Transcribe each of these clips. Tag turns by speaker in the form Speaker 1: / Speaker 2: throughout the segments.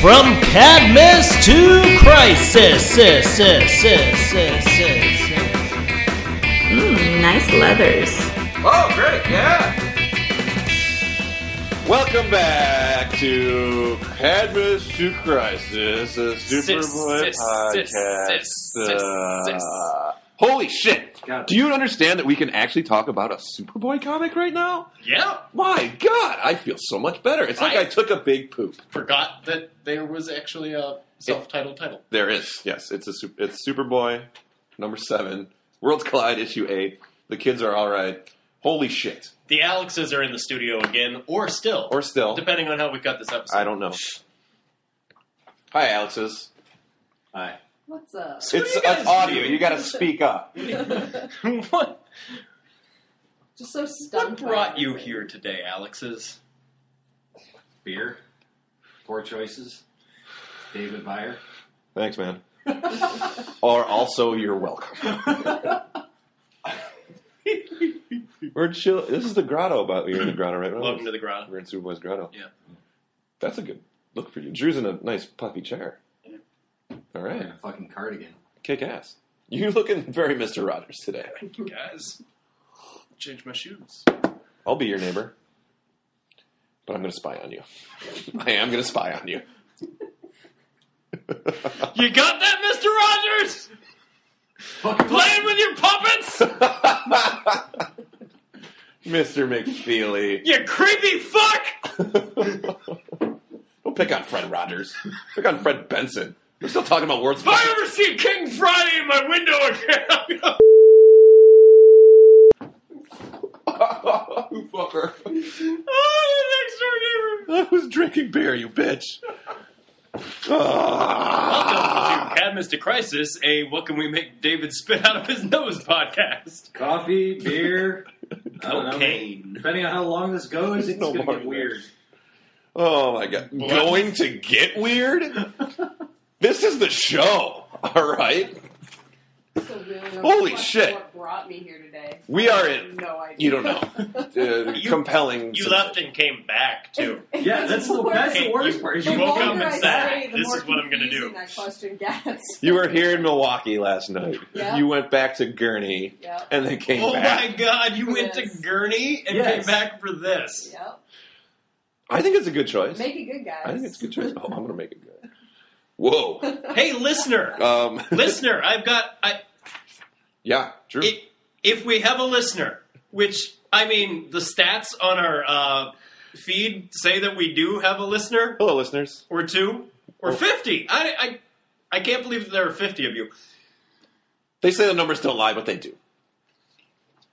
Speaker 1: From Cadmus to Crisis. Sis, sis, sis, sis, sis, sis.
Speaker 2: Mm, nice leathers.
Speaker 3: Oh, great, yeah. Welcome back to Cadmus to Crisis, a Superboy
Speaker 4: sis, sis, sis,
Speaker 3: podcast.
Speaker 4: sis, sis.
Speaker 3: Uh, Holy shit!
Speaker 4: God.
Speaker 3: Do you understand that we can actually talk about a Superboy comic right now?
Speaker 4: Yeah,
Speaker 3: My God, I feel so much better. It's like
Speaker 4: Right?
Speaker 3: I took a big poop.
Speaker 4: forgot that there was actually a self-titled title.
Speaker 3: There is, yes, it's a su- it's Superboy number seven, Worlds Collide issue eight. The kids are all right. Holy shit!
Speaker 4: The Alexes are in the studio again, or still,
Speaker 3: Or still,
Speaker 4: depending on how we cut this episode.
Speaker 3: I don't know. Hi, Alexis.
Speaker 4: Hi.
Speaker 2: What's up?
Speaker 4: So what
Speaker 3: It's,
Speaker 4: do you
Speaker 3: it's
Speaker 4: guys
Speaker 3: audio.
Speaker 4: do?
Speaker 3: You got to speak up.
Speaker 4: what,
Speaker 2: Just so
Speaker 4: what
Speaker 2: stunned. by
Speaker 4: brought you
Speaker 2: everything.
Speaker 4: here today, Alexes?
Speaker 5: Beer. Poor choices. David Byer.
Speaker 3: Thanks, man. or also, you're welcome. We're chill. This is the grotto. About you're in the grotto, right?
Speaker 4: Welcome to the ground.
Speaker 3: We're in Superboy's grotto.
Speaker 4: Yeah.
Speaker 3: That's a good look for you. Drew's in a nice puffy chair. All right.
Speaker 5: And a fucking cardigan.
Speaker 3: Kick ass. You're looking very Mister Rogers today.
Speaker 4: Thank you, guys. Change my shoes.
Speaker 3: I'll be your neighbor, but I'm going to spy on you. I am going to spy on you.
Speaker 4: You got that, Mr. Rogers?
Speaker 5: Fucking
Speaker 4: Playing with your puppets?
Speaker 3: Mr. McFeely.
Speaker 4: you creepy fuck!
Speaker 3: Don't pick on Fred Rogers. Pick on Fred Benson. We're still talking about world's
Speaker 4: If I ever see King Friday in my window again, I'm gonna
Speaker 3: you fucker.
Speaker 4: Oh, the next door
Speaker 3: I
Speaker 4: neighbor.
Speaker 3: was drinking beer, you bitch. Ah.
Speaker 4: Welcome to Cadmus to Crisis, a what can we make David spit out of his nose podcast.
Speaker 5: Coffee, beer. I don't know.
Speaker 4: Cocaine.
Speaker 5: Depending on how long this goes, it's
Speaker 3: No
Speaker 5: going to
Speaker 3: more
Speaker 5: get weird.
Speaker 3: Oh my god. Going to get weird? This is the show, alright?
Speaker 2: So really don't
Speaker 3: Holy
Speaker 2: know what-
Speaker 3: shit.
Speaker 2: What brought me here today?
Speaker 3: We are
Speaker 2: I have
Speaker 3: in.
Speaker 2: No idea.
Speaker 3: You don't know. Uh,
Speaker 4: You-
Speaker 3: compelling.
Speaker 4: You left and came back, too.
Speaker 5: Yeah, that's the, that's the
Speaker 4: Hey,
Speaker 5: worst
Speaker 4: you-
Speaker 5: part. is
Speaker 4: you
Speaker 5: you
Speaker 4: woke
Speaker 5: can't-
Speaker 4: up and said- "This is what I'm gonna
Speaker 2: going
Speaker 4: do."
Speaker 2: to That question gets.
Speaker 3: You were here in Milwaukee last night.
Speaker 2: Yeah.
Speaker 3: You went back to Gurney
Speaker 2: Yep.
Speaker 3: and then came
Speaker 4: Oh
Speaker 3: back.
Speaker 4: my god, you went
Speaker 2: Yes.
Speaker 4: to Gurney and
Speaker 5: Yes.
Speaker 4: came back for this.
Speaker 2: Yep.
Speaker 3: I think it's a good choice.
Speaker 2: Make it good, guys.
Speaker 3: I think it's a good choice. Oh, I'm going to make it good. Whoa.
Speaker 4: Hey, listener!
Speaker 3: Um,
Speaker 4: listener, I've got. I,
Speaker 3: yeah, Drew.
Speaker 4: it, if we have a listener, which, I mean, the stats on our uh, feed say that we do have a listener,
Speaker 3: Hello, listeners.
Speaker 4: or two,
Speaker 5: Oh.
Speaker 4: or 50. I, I, I can't believe that there are 50 of you.
Speaker 3: They say the numbers don't lie, but they do.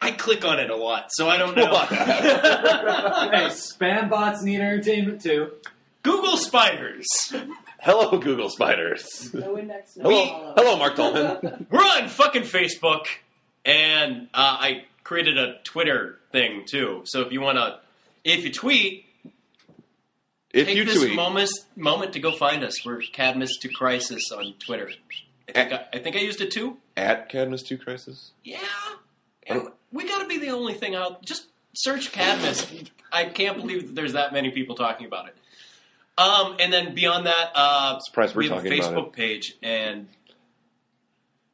Speaker 4: I click on it a lot, so I don't know.
Speaker 5: Hey, spam bots need entertainment too.
Speaker 4: Google spiders.
Speaker 3: Hello, Google spiders.
Speaker 2: No index, no
Speaker 3: Hello,
Speaker 2: follow.
Speaker 3: hello, Mark Dolman.
Speaker 4: We're on fucking Facebook, and uh, I created a Twitter thing too. So if you want to, if you tweet,
Speaker 3: If
Speaker 4: take
Speaker 3: you
Speaker 4: this
Speaker 3: tweet,
Speaker 4: moment moment to go find us. We're Cadmus to Crisis on Twitter. I think I, I, think I used it too.
Speaker 3: at Cadmus Two Crisis. uh,
Speaker 4: Yeah, And we got to be the only thing out. Just search Cadmus. I can't believe that there's that many people talking about it. Um, and then beyond that, uh,
Speaker 3: Surprised we're
Speaker 4: we have a
Speaker 3: talking about
Speaker 4: Facebook page, and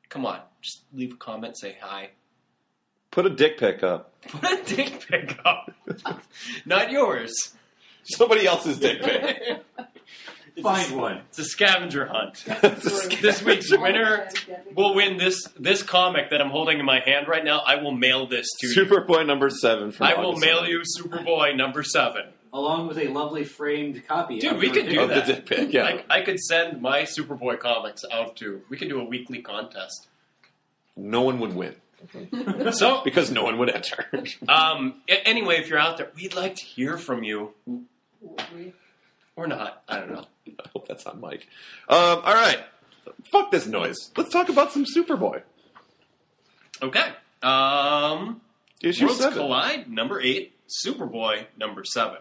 Speaker 4: come on, just leave a comment, say hi,
Speaker 3: Put a dick pic up.
Speaker 4: put a dick pic up, not yours.
Speaker 3: Somebody else's dick pic.
Speaker 4: it's
Speaker 5: Find one.
Speaker 4: a scavenger hunt.
Speaker 2: Sorry.
Speaker 4: This week's winner
Speaker 2: Get me-
Speaker 4: will win this this comic that I'm holding in my hand right now. I will mail this to you.
Speaker 3: Superboy number seven. From
Speaker 4: I will
Speaker 3: August
Speaker 4: mail you Superboy number seven.
Speaker 5: Along with a lovely framed copy.
Speaker 4: Dude,
Speaker 5: of
Speaker 4: we
Speaker 5: your
Speaker 4: could do
Speaker 5: paper.
Speaker 3: of the
Speaker 4: that.
Speaker 3: dick pic. Yeah,
Speaker 4: I, I could send my Superboy comics out to. We could do a weekly contest.
Speaker 3: no one would win
Speaker 4: So,
Speaker 3: because no one would enter.
Speaker 4: um, a- anyway, if you're out there, we'd like to hear from you
Speaker 2: We-
Speaker 4: or not. I don't know.
Speaker 3: I hope that's not Mike. Um, all right, fuck this noise. Let's talk about some Superboy
Speaker 4: Okay. Um,
Speaker 3: issue
Speaker 4: Worlds
Speaker 3: seven.
Speaker 4: Collide number eight, Superboy number seven,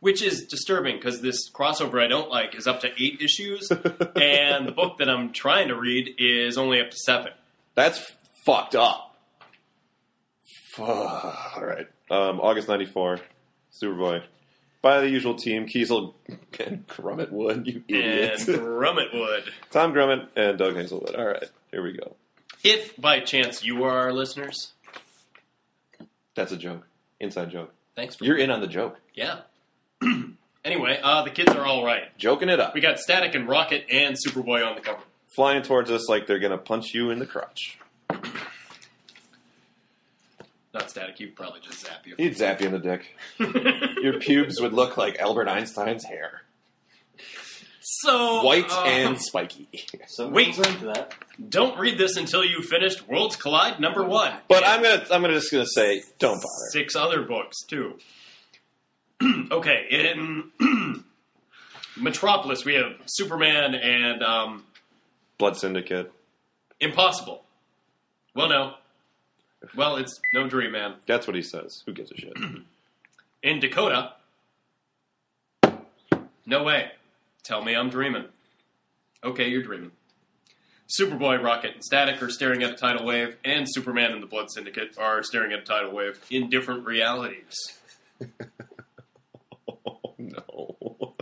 Speaker 4: which is disturbing because this crossover I don't like is up to eight issues, and the book that I'm trying to read is only up to seven.
Speaker 3: That's f- fucked up. Fuck. All right. Um, August 94, Superboy. by the usual team, Kiesel and Grummet Wood, you
Speaker 4: and
Speaker 3: idiots.
Speaker 4: Grummet would.
Speaker 3: Tom Grummet and Doug Hazelwood. All right, here we go.
Speaker 4: If by chance you are our listeners,
Speaker 3: That's a joke. Inside joke.
Speaker 4: thanks for
Speaker 3: You're in on the joke.
Speaker 4: yeah. anyway, uh, the kids are all right.
Speaker 3: Joking it up.
Speaker 4: We got Static and Rocket and Superboy on the cover.
Speaker 3: Flying towards us like they're going to punch you in the crotch.
Speaker 4: Not Static, he'd probably just zap you.
Speaker 3: He'd zap you in the dick. Your pubes would look like Albert Einstein's hair.
Speaker 4: so
Speaker 3: White
Speaker 4: uh,
Speaker 3: and spiky.
Speaker 5: So
Speaker 4: Wait.
Speaker 5: into that.
Speaker 4: Don't read this until you've finished Worlds Collide number one.
Speaker 3: But I'm gonna, I'm gonna just gonna say, don't bother.
Speaker 4: six other books too. okay, in Metropolis we have Superman and um,
Speaker 3: Blood Syndicate.
Speaker 4: Impossible. Well, no. Well, it's No Dream Man
Speaker 3: That's what he says. Who gives a shit?
Speaker 4: in Dakota. No way. Tell me I'm dreaming. Okay, you're dreaming. Superboy, Rocket, and Static are staring at a tidal wave, and Superman and the Blood Syndicate are staring at a tidal wave in different realities.
Speaker 3: Oh no.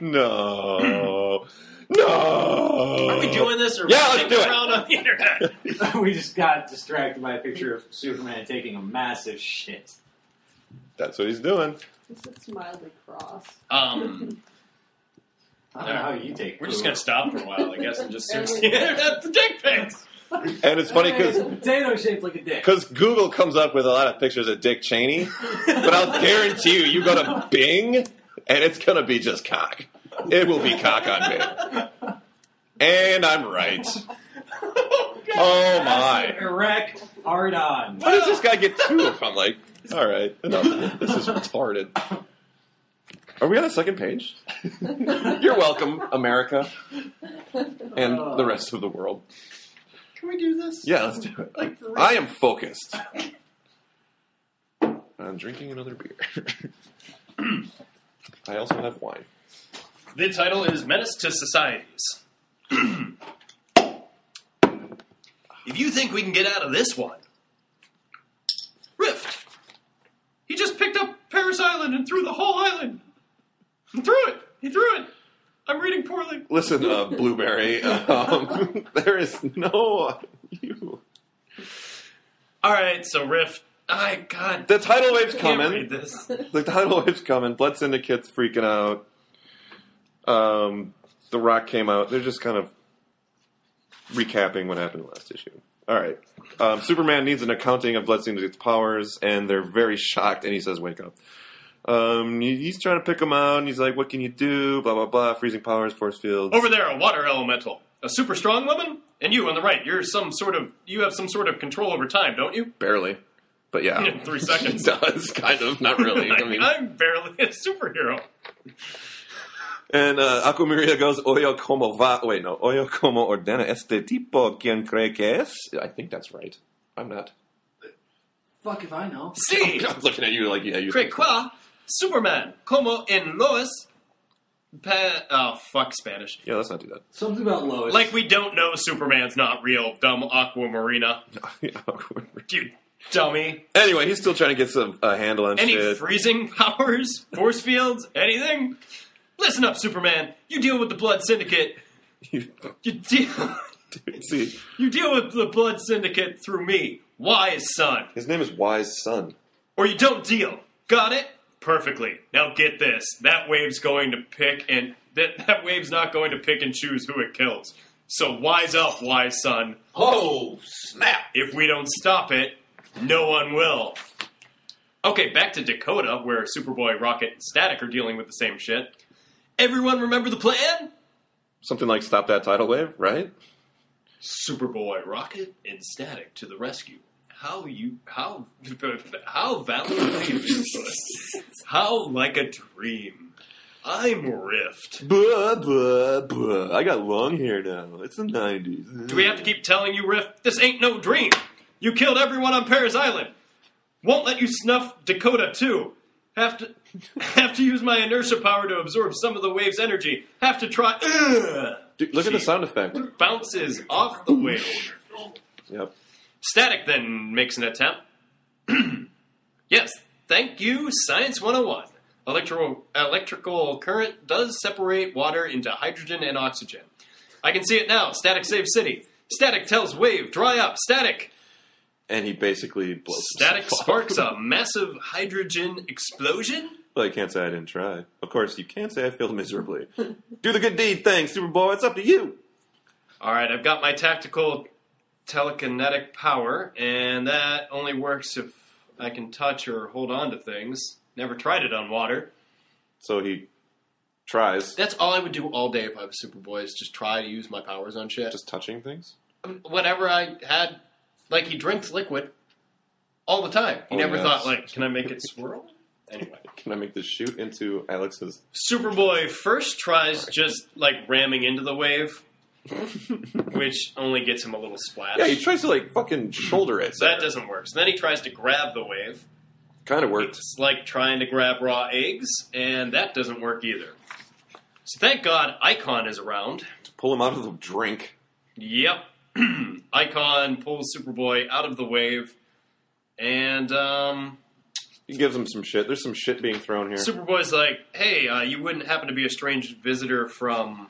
Speaker 3: no. No.
Speaker 4: Are we doing this or
Speaker 3: Yeah, let's do it.
Speaker 4: around on the internet?
Speaker 5: we just got distracted by a picture of Superman taking a massive shit.
Speaker 3: That's what he's doing.
Speaker 2: This looks mildly cross.
Speaker 4: Um,
Speaker 5: I don't know how you take.
Speaker 4: We're just gonna stop for a whiwhile, I guess, and just seriously internet the dick pics.
Speaker 3: And it's funny
Speaker 5: It's a
Speaker 3: because
Speaker 5: potato shaped like a dick.
Speaker 3: Google comes up with a lot of pictures of Dick Cheney, but I'll guarantee you, you go to Bing, and it's gonna be just cock. It will be cock on Bing. And I'm right. Oh my!
Speaker 5: Iraq hard on.
Speaker 3: Why does this guy get two if I'm like, all right, enough. This is retarded. Are we on the second page? You're welcome, America and the rest of the world.
Speaker 4: Can we do this?
Speaker 3: Yeah, let's do it.
Speaker 4: Like, for real?
Speaker 3: I am focused. I'm drinking another beer. I also have wine.
Speaker 4: The title is Menace to Societies. if you think we can get out of this one, Rift. He just picked up Paris Island and threw the whole island. He threw it. He threw it. I'm reading poorly.
Speaker 3: Listen, uh, Blueberry, um, there is no you.
Speaker 4: All right, so Rift. I God.
Speaker 3: The tidal wave's
Speaker 4: I
Speaker 3: coming.
Speaker 4: Can't read this.
Speaker 3: The tidal wave's coming. Blood Syndicate's freaking out. Um, the Rock came out. They're just kind of recapping what happened last issue. All right. Um, Superman needs an accounting of Blood Syndicate's powers, and they're very shocked. And he says, "Wake up." Um, he- he's trying to pick him out, and he's like, "What can you do?" Blah blah blah. Freezing powers, force fields.
Speaker 4: Over there, a water elemental, a super strong woman, and you on the right. You're some sort of you have some sort of control over time, don't you?
Speaker 3: barely, but yeah,
Speaker 4: In three seconds.
Speaker 3: He does kind of not Oh. really. I mean, Oh,
Speaker 4: am barely a superhero.
Speaker 3: And uh, Aquamarina goes, Oyo como va. Wait, no. Oyo como ordena este tipo quien cree que es. I think that's right. I'm not.
Speaker 5: Fuck if I know.
Speaker 4: See,
Speaker 3: I'm looking at you like, yeah, you.
Speaker 4: Great qua Superman, como en Lois. Pa- oh fuck Spanish.
Speaker 3: Yeah, let's not do
Speaker 5: Something about Lois.
Speaker 4: Like we don't know Superman's not real, dumb Aquamarina.
Speaker 3: that.
Speaker 4: You dummy.
Speaker 3: anyway, he's still trying to get some a handle on
Speaker 4: Any
Speaker 3: shit.
Speaker 4: freezing powers, force fields, anything? Listen up, Superman. You deal with the Blood Syndicate. You deal.
Speaker 3: See,
Speaker 4: You deal with the Blood Syndicate through me, wise son.
Speaker 3: his name is Wise Son.
Speaker 4: Or you don't deal. Got it? Perfectly. Now get this. That wave's going to pick and that, that wave's not going to pick and choose who it kills. So wise up, wise son.
Speaker 6: Oh, snap!
Speaker 4: If we don't stop it, no one will. Okay, back to Dakota, where Superboy, Rocket, and Static are dealing with the same shit. Everyone remember the plan?
Speaker 3: Something like Stop That Tidal Wave, right?
Speaker 4: Superboy, Rocket, and Static to the rescue. How you how how valiantly useless. How like a dream. I'm Rift.
Speaker 3: Blah, blah, blah. I got long hair now. It's the 90s.
Speaker 4: Do we have to keep telling you, Rift? This ain't no dream. You killed everyone on Paris Island. Won't let you snuff Dakota too. Have to have to use my inertia power to absorb some of the wave's energy. Have to try Ugh.
Speaker 3: Dude, look at the sound effect.
Speaker 4: bounces off the wave.
Speaker 3: Yep.
Speaker 4: Static then makes an attempt. yes, Thank you, Science 101. Electro- electrical current does separate water into hydrogen and oxygen. I can see it now. Static saves city. Static tells wave, dry up. Static.
Speaker 3: And he basically blows.
Speaker 4: Static
Speaker 3: himself up.
Speaker 4: sparks a massive hydrogen explosion.
Speaker 3: Well, I can't say I didn't try. Of course, you can't say I failed miserably. Do the good deed thing, Superboy. It's up to you.
Speaker 4: All right, I've got my tactical telekinetic power, and that only works if I can touch or hold on to things. Never tried it on water.
Speaker 3: So he tries.
Speaker 4: That's all I would do all day if I was Superboy is just try to use my powers on shit.
Speaker 3: Just touching things?
Speaker 4: whenever I had, like, he drinks liquid all the time. He
Speaker 3: Oh,
Speaker 4: never
Speaker 3: yes.
Speaker 4: thought, like, can I make it swirl? Anyway,
Speaker 3: Can I make this shoot into Alex's?
Speaker 4: Superboy first tries just like ramming into the wave, which only gets him a little splash.
Speaker 3: Yeah, he tries to like fucking shoulder it.
Speaker 4: so that doesn't work. So then he tries to grab the wave.
Speaker 3: kind of worked.
Speaker 4: It's like trying to grab raw eggs, and that doesn't work either. So thank God Icon is around.
Speaker 3: Pull him out of the drink.
Speaker 4: Yep. Icon pulls Superboy out of the wave, and um,
Speaker 3: He gives him some shit. There's some shit being thrown here
Speaker 4: Superboy's like, "Hey, uh, you wouldn't happen to be a strange visitor from?"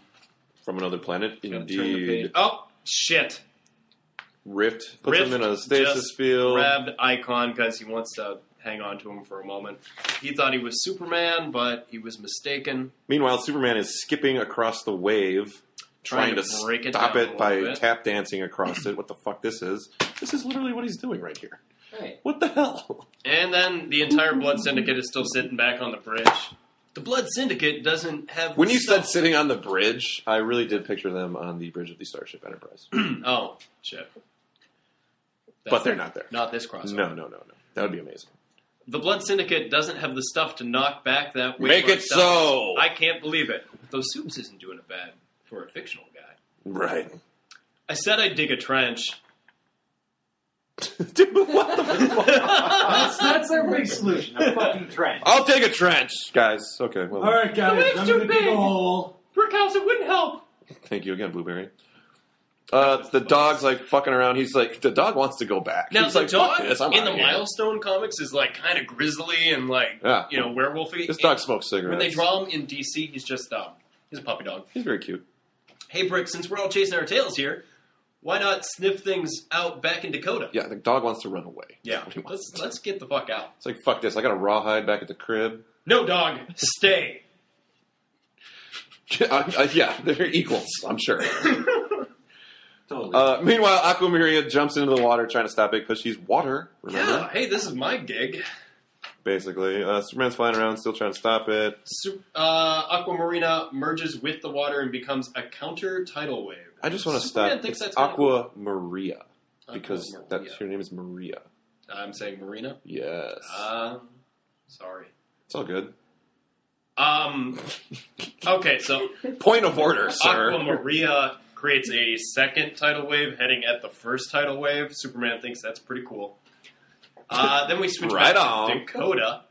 Speaker 3: from another planet.
Speaker 4: Gotta turn the page.
Speaker 3: Indeed,
Speaker 4: Oh shit!
Speaker 3: Rift puts him
Speaker 4: Rift
Speaker 3: in a stasis
Speaker 4: just
Speaker 3: field.
Speaker 4: Grabbed Icon because he wants to hang on to him for a moment. He thought he was Superman, but he was mistaken.
Speaker 3: Meanwhile, Superman is skipping across the wave,
Speaker 4: Trying
Speaker 3: trying,
Speaker 4: to
Speaker 3: to
Speaker 4: break it
Speaker 3: stop
Speaker 4: down a
Speaker 3: it by
Speaker 4: little bit.
Speaker 3: tap dancing across it. What the fuck this is? This is literally what he's doing right here.
Speaker 5: Right.
Speaker 3: What the hell?
Speaker 4: And then the entire Blood Syndicate is still sitting back on the bridge. The Blood Syndicate doesn't have.
Speaker 3: When
Speaker 4: the
Speaker 3: you said
Speaker 4: stuff-
Speaker 3: sitting on the bridge, I really did picture them on the bridge of the Starship Enterprise.
Speaker 4: oh shit,
Speaker 3: but they're
Speaker 4: not.
Speaker 3: not there.
Speaker 4: Not this crossover.
Speaker 3: No, no, no, no. That would be amazing.
Speaker 4: The Blood Syndicate doesn't have the stuff to knock back that wave.
Speaker 6: Make
Speaker 4: of
Speaker 6: it
Speaker 4: stuff.
Speaker 6: so.
Speaker 4: I can't believe it. Though Soups isn't doing it bad for a fictional guy.
Speaker 3: Right.
Speaker 4: I said I'd dig a trench.
Speaker 3: Dude, what the fuck?
Speaker 5: That's, that's our big solution. A fucking trench.
Speaker 6: I'll take a trench.
Speaker 3: guys, okay. Well,
Speaker 5: All right, guys.
Speaker 4: wave's
Speaker 5: I'm
Speaker 4: too
Speaker 5: gonna dig
Speaker 4: big.
Speaker 5: a hole.
Speaker 4: Brickhouse, it wouldn't help.
Speaker 3: thank you again, Blueberry. Uh, the dog's like fucking around. He's like, the dog wants to go back.
Speaker 4: Now
Speaker 3: He's
Speaker 4: the
Speaker 3: like,
Speaker 4: dog
Speaker 3: "Fuck this, I'm
Speaker 4: in
Speaker 3: outta
Speaker 4: the
Speaker 3: here."
Speaker 4: Milestone comics is like kind of grizzly and like
Speaker 3: Yeah.
Speaker 4: you know werewolfy.
Speaker 3: This dog
Speaker 4: And
Speaker 3: smokes cigarettes.
Speaker 4: When they draw him in DC, he's just um, he's a puppy dog.
Speaker 3: he's very cute.
Speaker 4: Hey Brick, since we're all chasing our tails here, why not sniff things out back in Dakota?
Speaker 3: Yeah, the dog wants to run away.
Speaker 4: Yeah.
Speaker 3: That's what he wants.
Speaker 4: Let's let's get the fuck out.
Speaker 3: It's like fuck this. I got a rawhide back at the crib.
Speaker 4: No dog, stay.
Speaker 3: Uh, uh, yeah, they're equals. I'm sure.
Speaker 5: Totally.
Speaker 3: Uh, meanwhile, Aquamaria jumps into the water trying to stop it because she's water. Remember,
Speaker 4: Yeah, hey, this is my gig.
Speaker 3: basically, uh, Superman's flying around, still trying to stop it.
Speaker 4: Su- uh, Aquamarina merges with the water and becomes a counter tidal wave.
Speaker 3: I just want to
Speaker 4: Superman
Speaker 3: stop.
Speaker 4: thinks
Speaker 3: It's
Speaker 4: that's kinda
Speaker 3: Aqua Maria because
Speaker 4: Aquamarina.
Speaker 3: that's her name is Maria.
Speaker 4: I'm saying Marina.
Speaker 3: Yes,
Speaker 4: Um, sorry.
Speaker 3: it's all good.
Speaker 4: Um, okay, so
Speaker 3: Point of order, sir.
Speaker 4: Aquamaria creates a second tidal wave heading at the first tidal wave. Superman thinks that's pretty cool. Uh, then we switch
Speaker 3: Right
Speaker 4: back
Speaker 3: on.
Speaker 4: to Dakota.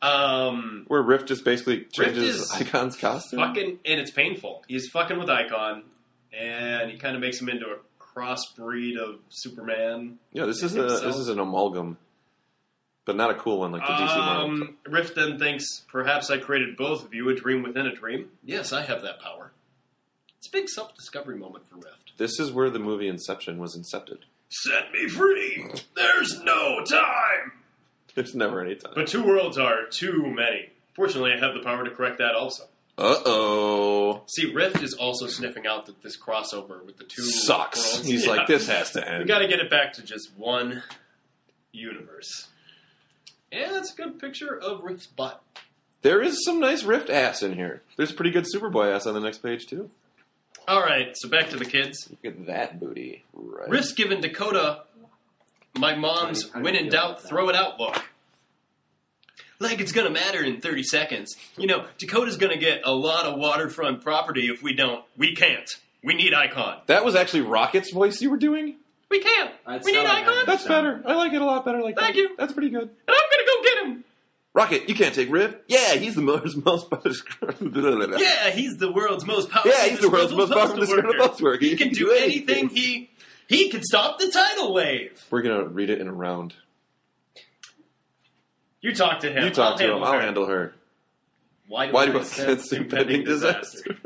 Speaker 4: Um,
Speaker 3: Where Rift just basically changes
Speaker 4: is
Speaker 3: Icon's costume.
Speaker 4: fucking, and it's painful. He's fucking with Icon, and he kind of makes him into a crossbreed of Superman.
Speaker 3: yeah, this is a
Speaker 4: himself.
Speaker 3: this is an amalgam, but not a cool one like the DC Marvel.
Speaker 4: Um, Rift then thinks, perhaps I created both of you a dream within a dream. Yes, I have that power. It's a big self discovery moment for Rift.
Speaker 3: This is where the movie Inception was incepted.
Speaker 4: Set me free! There's no time!
Speaker 3: There's never any time.
Speaker 4: But two worlds are too many. Fortunately, I have the power to correct that also.
Speaker 3: Uh oh.
Speaker 4: See, Rift is also sniffing out that this crossover with the two
Speaker 3: Sucks.
Speaker 4: worlds-
Speaker 3: He's
Speaker 4: Yeah.
Speaker 3: like, this has to
Speaker 4: We
Speaker 3: end.
Speaker 4: got to get it back to just one universe. And that's a good picture of Rift's butt.
Speaker 3: There is some nice Rift ass in here. There's pretty good Superboy ass on the next page too.
Speaker 4: All right, so back to the kids.
Speaker 3: Look at that booty. Right.
Speaker 4: Rift's given Dakota my mom's
Speaker 5: How do you- how do
Speaker 4: when
Speaker 5: you
Speaker 4: in
Speaker 5: feel
Speaker 4: doubt,
Speaker 5: about that?
Speaker 4: throw it out look. Like it's gonna matter in 30 seconds. You know, Dakota's gonna get a lot of waterfront property if we don't. We can't. We need Icon.
Speaker 3: That was actually Rocket's voice you were doing.
Speaker 4: We can't.
Speaker 5: That's
Speaker 4: we need
Speaker 5: how I
Speaker 4: Icon.
Speaker 5: had
Speaker 4: And
Speaker 5: it.
Speaker 3: That's better. I like it a lot better like
Speaker 4: Thank
Speaker 3: that.
Speaker 4: you.
Speaker 3: That's pretty good.
Speaker 4: I'm gonna go get him.
Speaker 3: Rocket, you can't take Rift. Yeah, he's the most most
Speaker 4: Yeah, he's the world's most powerful.
Speaker 3: Yeah, he's the world's most powerful disgruntled postal worker.
Speaker 4: He can do anything. He he can stop the tidal wave.
Speaker 3: We're gonna read it in a round.
Speaker 4: You talk to him.
Speaker 3: You talk
Speaker 4: I'll
Speaker 3: to him.
Speaker 4: handle
Speaker 3: I'll
Speaker 4: her.
Speaker 3: handle her.
Speaker 4: Why do,
Speaker 3: Why do
Speaker 4: I
Speaker 3: I sense impending disaster?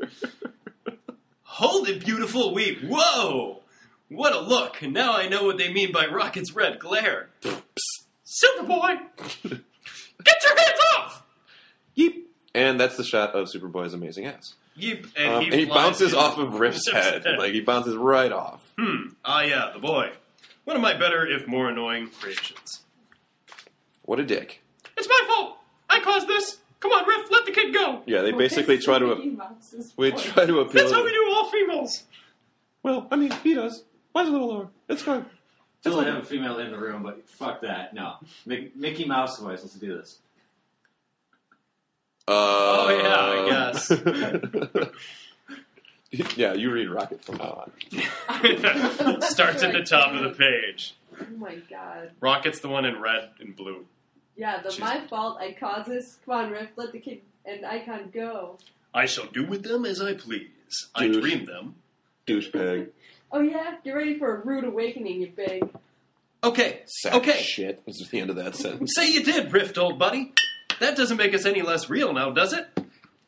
Speaker 4: Holy beautiful weep. Whoa! What a look. Now I know what they mean by Rocket's red glare. Superboy! Get your hands off!
Speaker 3: Yeep. And that's the shot of Superboy's amazing ass.
Speaker 4: Yeep,
Speaker 3: Um,
Speaker 4: and
Speaker 3: And he,
Speaker 4: he, flies
Speaker 3: bounces
Speaker 4: in.
Speaker 3: off of Riff's
Speaker 4: Riff's
Speaker 3: head.
Speaker 4: head.
Speaker 3: Like, he bounces right off.
Speaker 4: Hmm. Ah, yeah, the boy. One of my better, if more annoying, creations.
Speaker 3: What a dick.
Speaker 4: It's my fault! I caused this! Come on, Riff, let the kid go!
Speaker 3: Yeah, they
Speaker 2: Well,
Speaker 3: basically
Speaker 2: this
Speaker 3: try
Speaker 2: is
Speaker 3: to.
Speaker 2: Mickey Mouse's
Speaker 3: We
Speaker 2: voice.
Speaker 3: try to appeal.
Speaker 4: That's
Speaker 3: to-
Speaker 4: how we do all females!
Speaker 3: Well, I mean, he does. Mine's a little lower. It's fine. It's
Speaker 5: Still
Speaker 3: like-
Speaker 5: have a female in the room, but fuck that. No. Mic- Mickey Mouse voice. Let's do this.
Speaker 3: Oh
Speaker 4: yeah,
Speaker 3: I guess. yeah, you read Rocket from now on.
Speaker 4: Starts at the top of the page.
Speaker 2: Oh my god.
Speaker 4: Rocket's the one in red and blue.
Speaker 2: Yeah, the
Speaker 4: She's-
Speaker 2: my fault. I caused this. Come on, Riff. Let the kid and Icon go.
Speaker 4: I shall do with them as I please. I
Speaker 3: Dude.
Speaker 4: dream them.
Speaker 3: Douchebag.
Speaker 2: Oh yeah, get ready for a rude awakening, you big.
Speaker 4: Okay,
Speaker 3: Sack of
Speaker 4: okay.
Speaker 3: Shit. This is the end of that sentence.
Speaker 4: Say you did, Rift, old buddy. That doesn't make us any less real now, does it?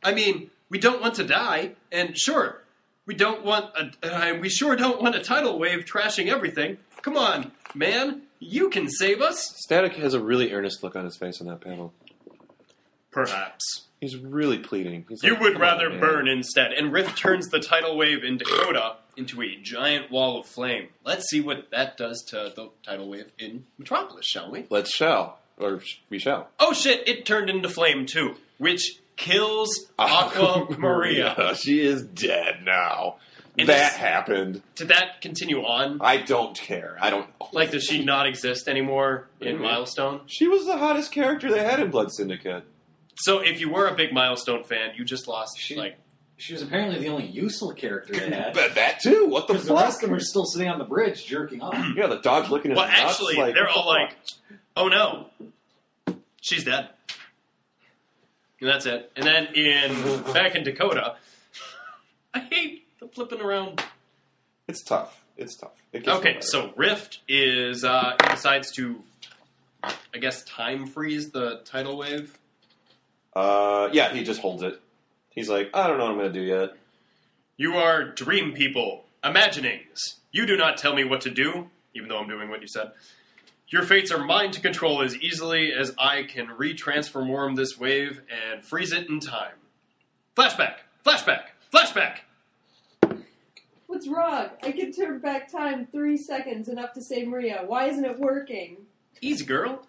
Speaker 4: I mean, we don't want to die, and sure, we don't want a. Uh, we sure don't want a tidal wave trashing everything. Come on, man, you can save us.
Speaker 3: Static has a really earnest look on his face in that panel.
Speaker 4: Perhaps.
Speaker 3: He's really pleading. He's
Speaker 4: You
Speaker 3: like,
Speaker 4: would
Speaker 3: "Come
Speaker 4: rather
Speaker 3: on, man."
Speaker 4: burn instead, and Rift turns the tidal wave in Dakota into a giant wall of flame. Let's see what that does to the tidal wave in Metropolis, shall we?
Speaker 3: Let's shall. Or sh- we shall.
Speaker 4: Oh shit, it turned into flame too, which kills
Speaker 3: Oh,
Speaker 4: Aqua Maria.
Speaker 3: She is dead now.
Speaker 4: And
Speaker 3: that
Speaker 4: this-
Speaker 3: happened.
Speaker 4: Did that continue on?
Speaker 3: I don't care. I don't.
Speaker 4: Like, does she not exist anymore in
Speaker 3: Mhm.
Speaker 4: Milestone?
Speaker 3: She was the hottest character they had in Blood Syndicate.
Speaker 4: So, if you were a big Milestone fan, you just lost,
Speaker 5: She-
Speaker 4: like,
Speaker 5: She was apparently the only useful character they had.
Speaker 3: But that too. What the
Speaker 5: Because the rest
Speaker 3: fuck?
Speaker 5: of them are still sitting on the bridge jerking off.
Speaker 3: Yeah, the dog's looking at
Speaker 4: well,
Speaker 3: his nuts,
Speaker 4: actually,
Speaker 3: like,
Speaker 4: they're
Speaker 3: what the
Speaker 4: all like,
Speaker 3: fuck?
Speaker 4: oh no, she's dead. And that's it. And then in back in Dakota, I hate the flipping around.
Speaker 3: it's tough. It's tough. It gets
Speaker 4: Okay,
Speaker 3: better.
Speaker 4: so Rift is uh, he decides to, I guess, time freeze the tidal wave.
Speaker 3: Uh, yeah, he just holds it. He's like, I don't know what I'm gonna do yet.
Speaker 4: You are dream people, imaginings. You do not tell me what to do, even though I'm doing what you said. Your fates are mine to control as easily as I can retransform this wave and freeze it in time. Flashback! Flashback! Flashback!
Speaker 2: What's wrong? I can turn back time three seconds enough to save Maria. Why isn't it working?
Speaker 4: Easy, girl.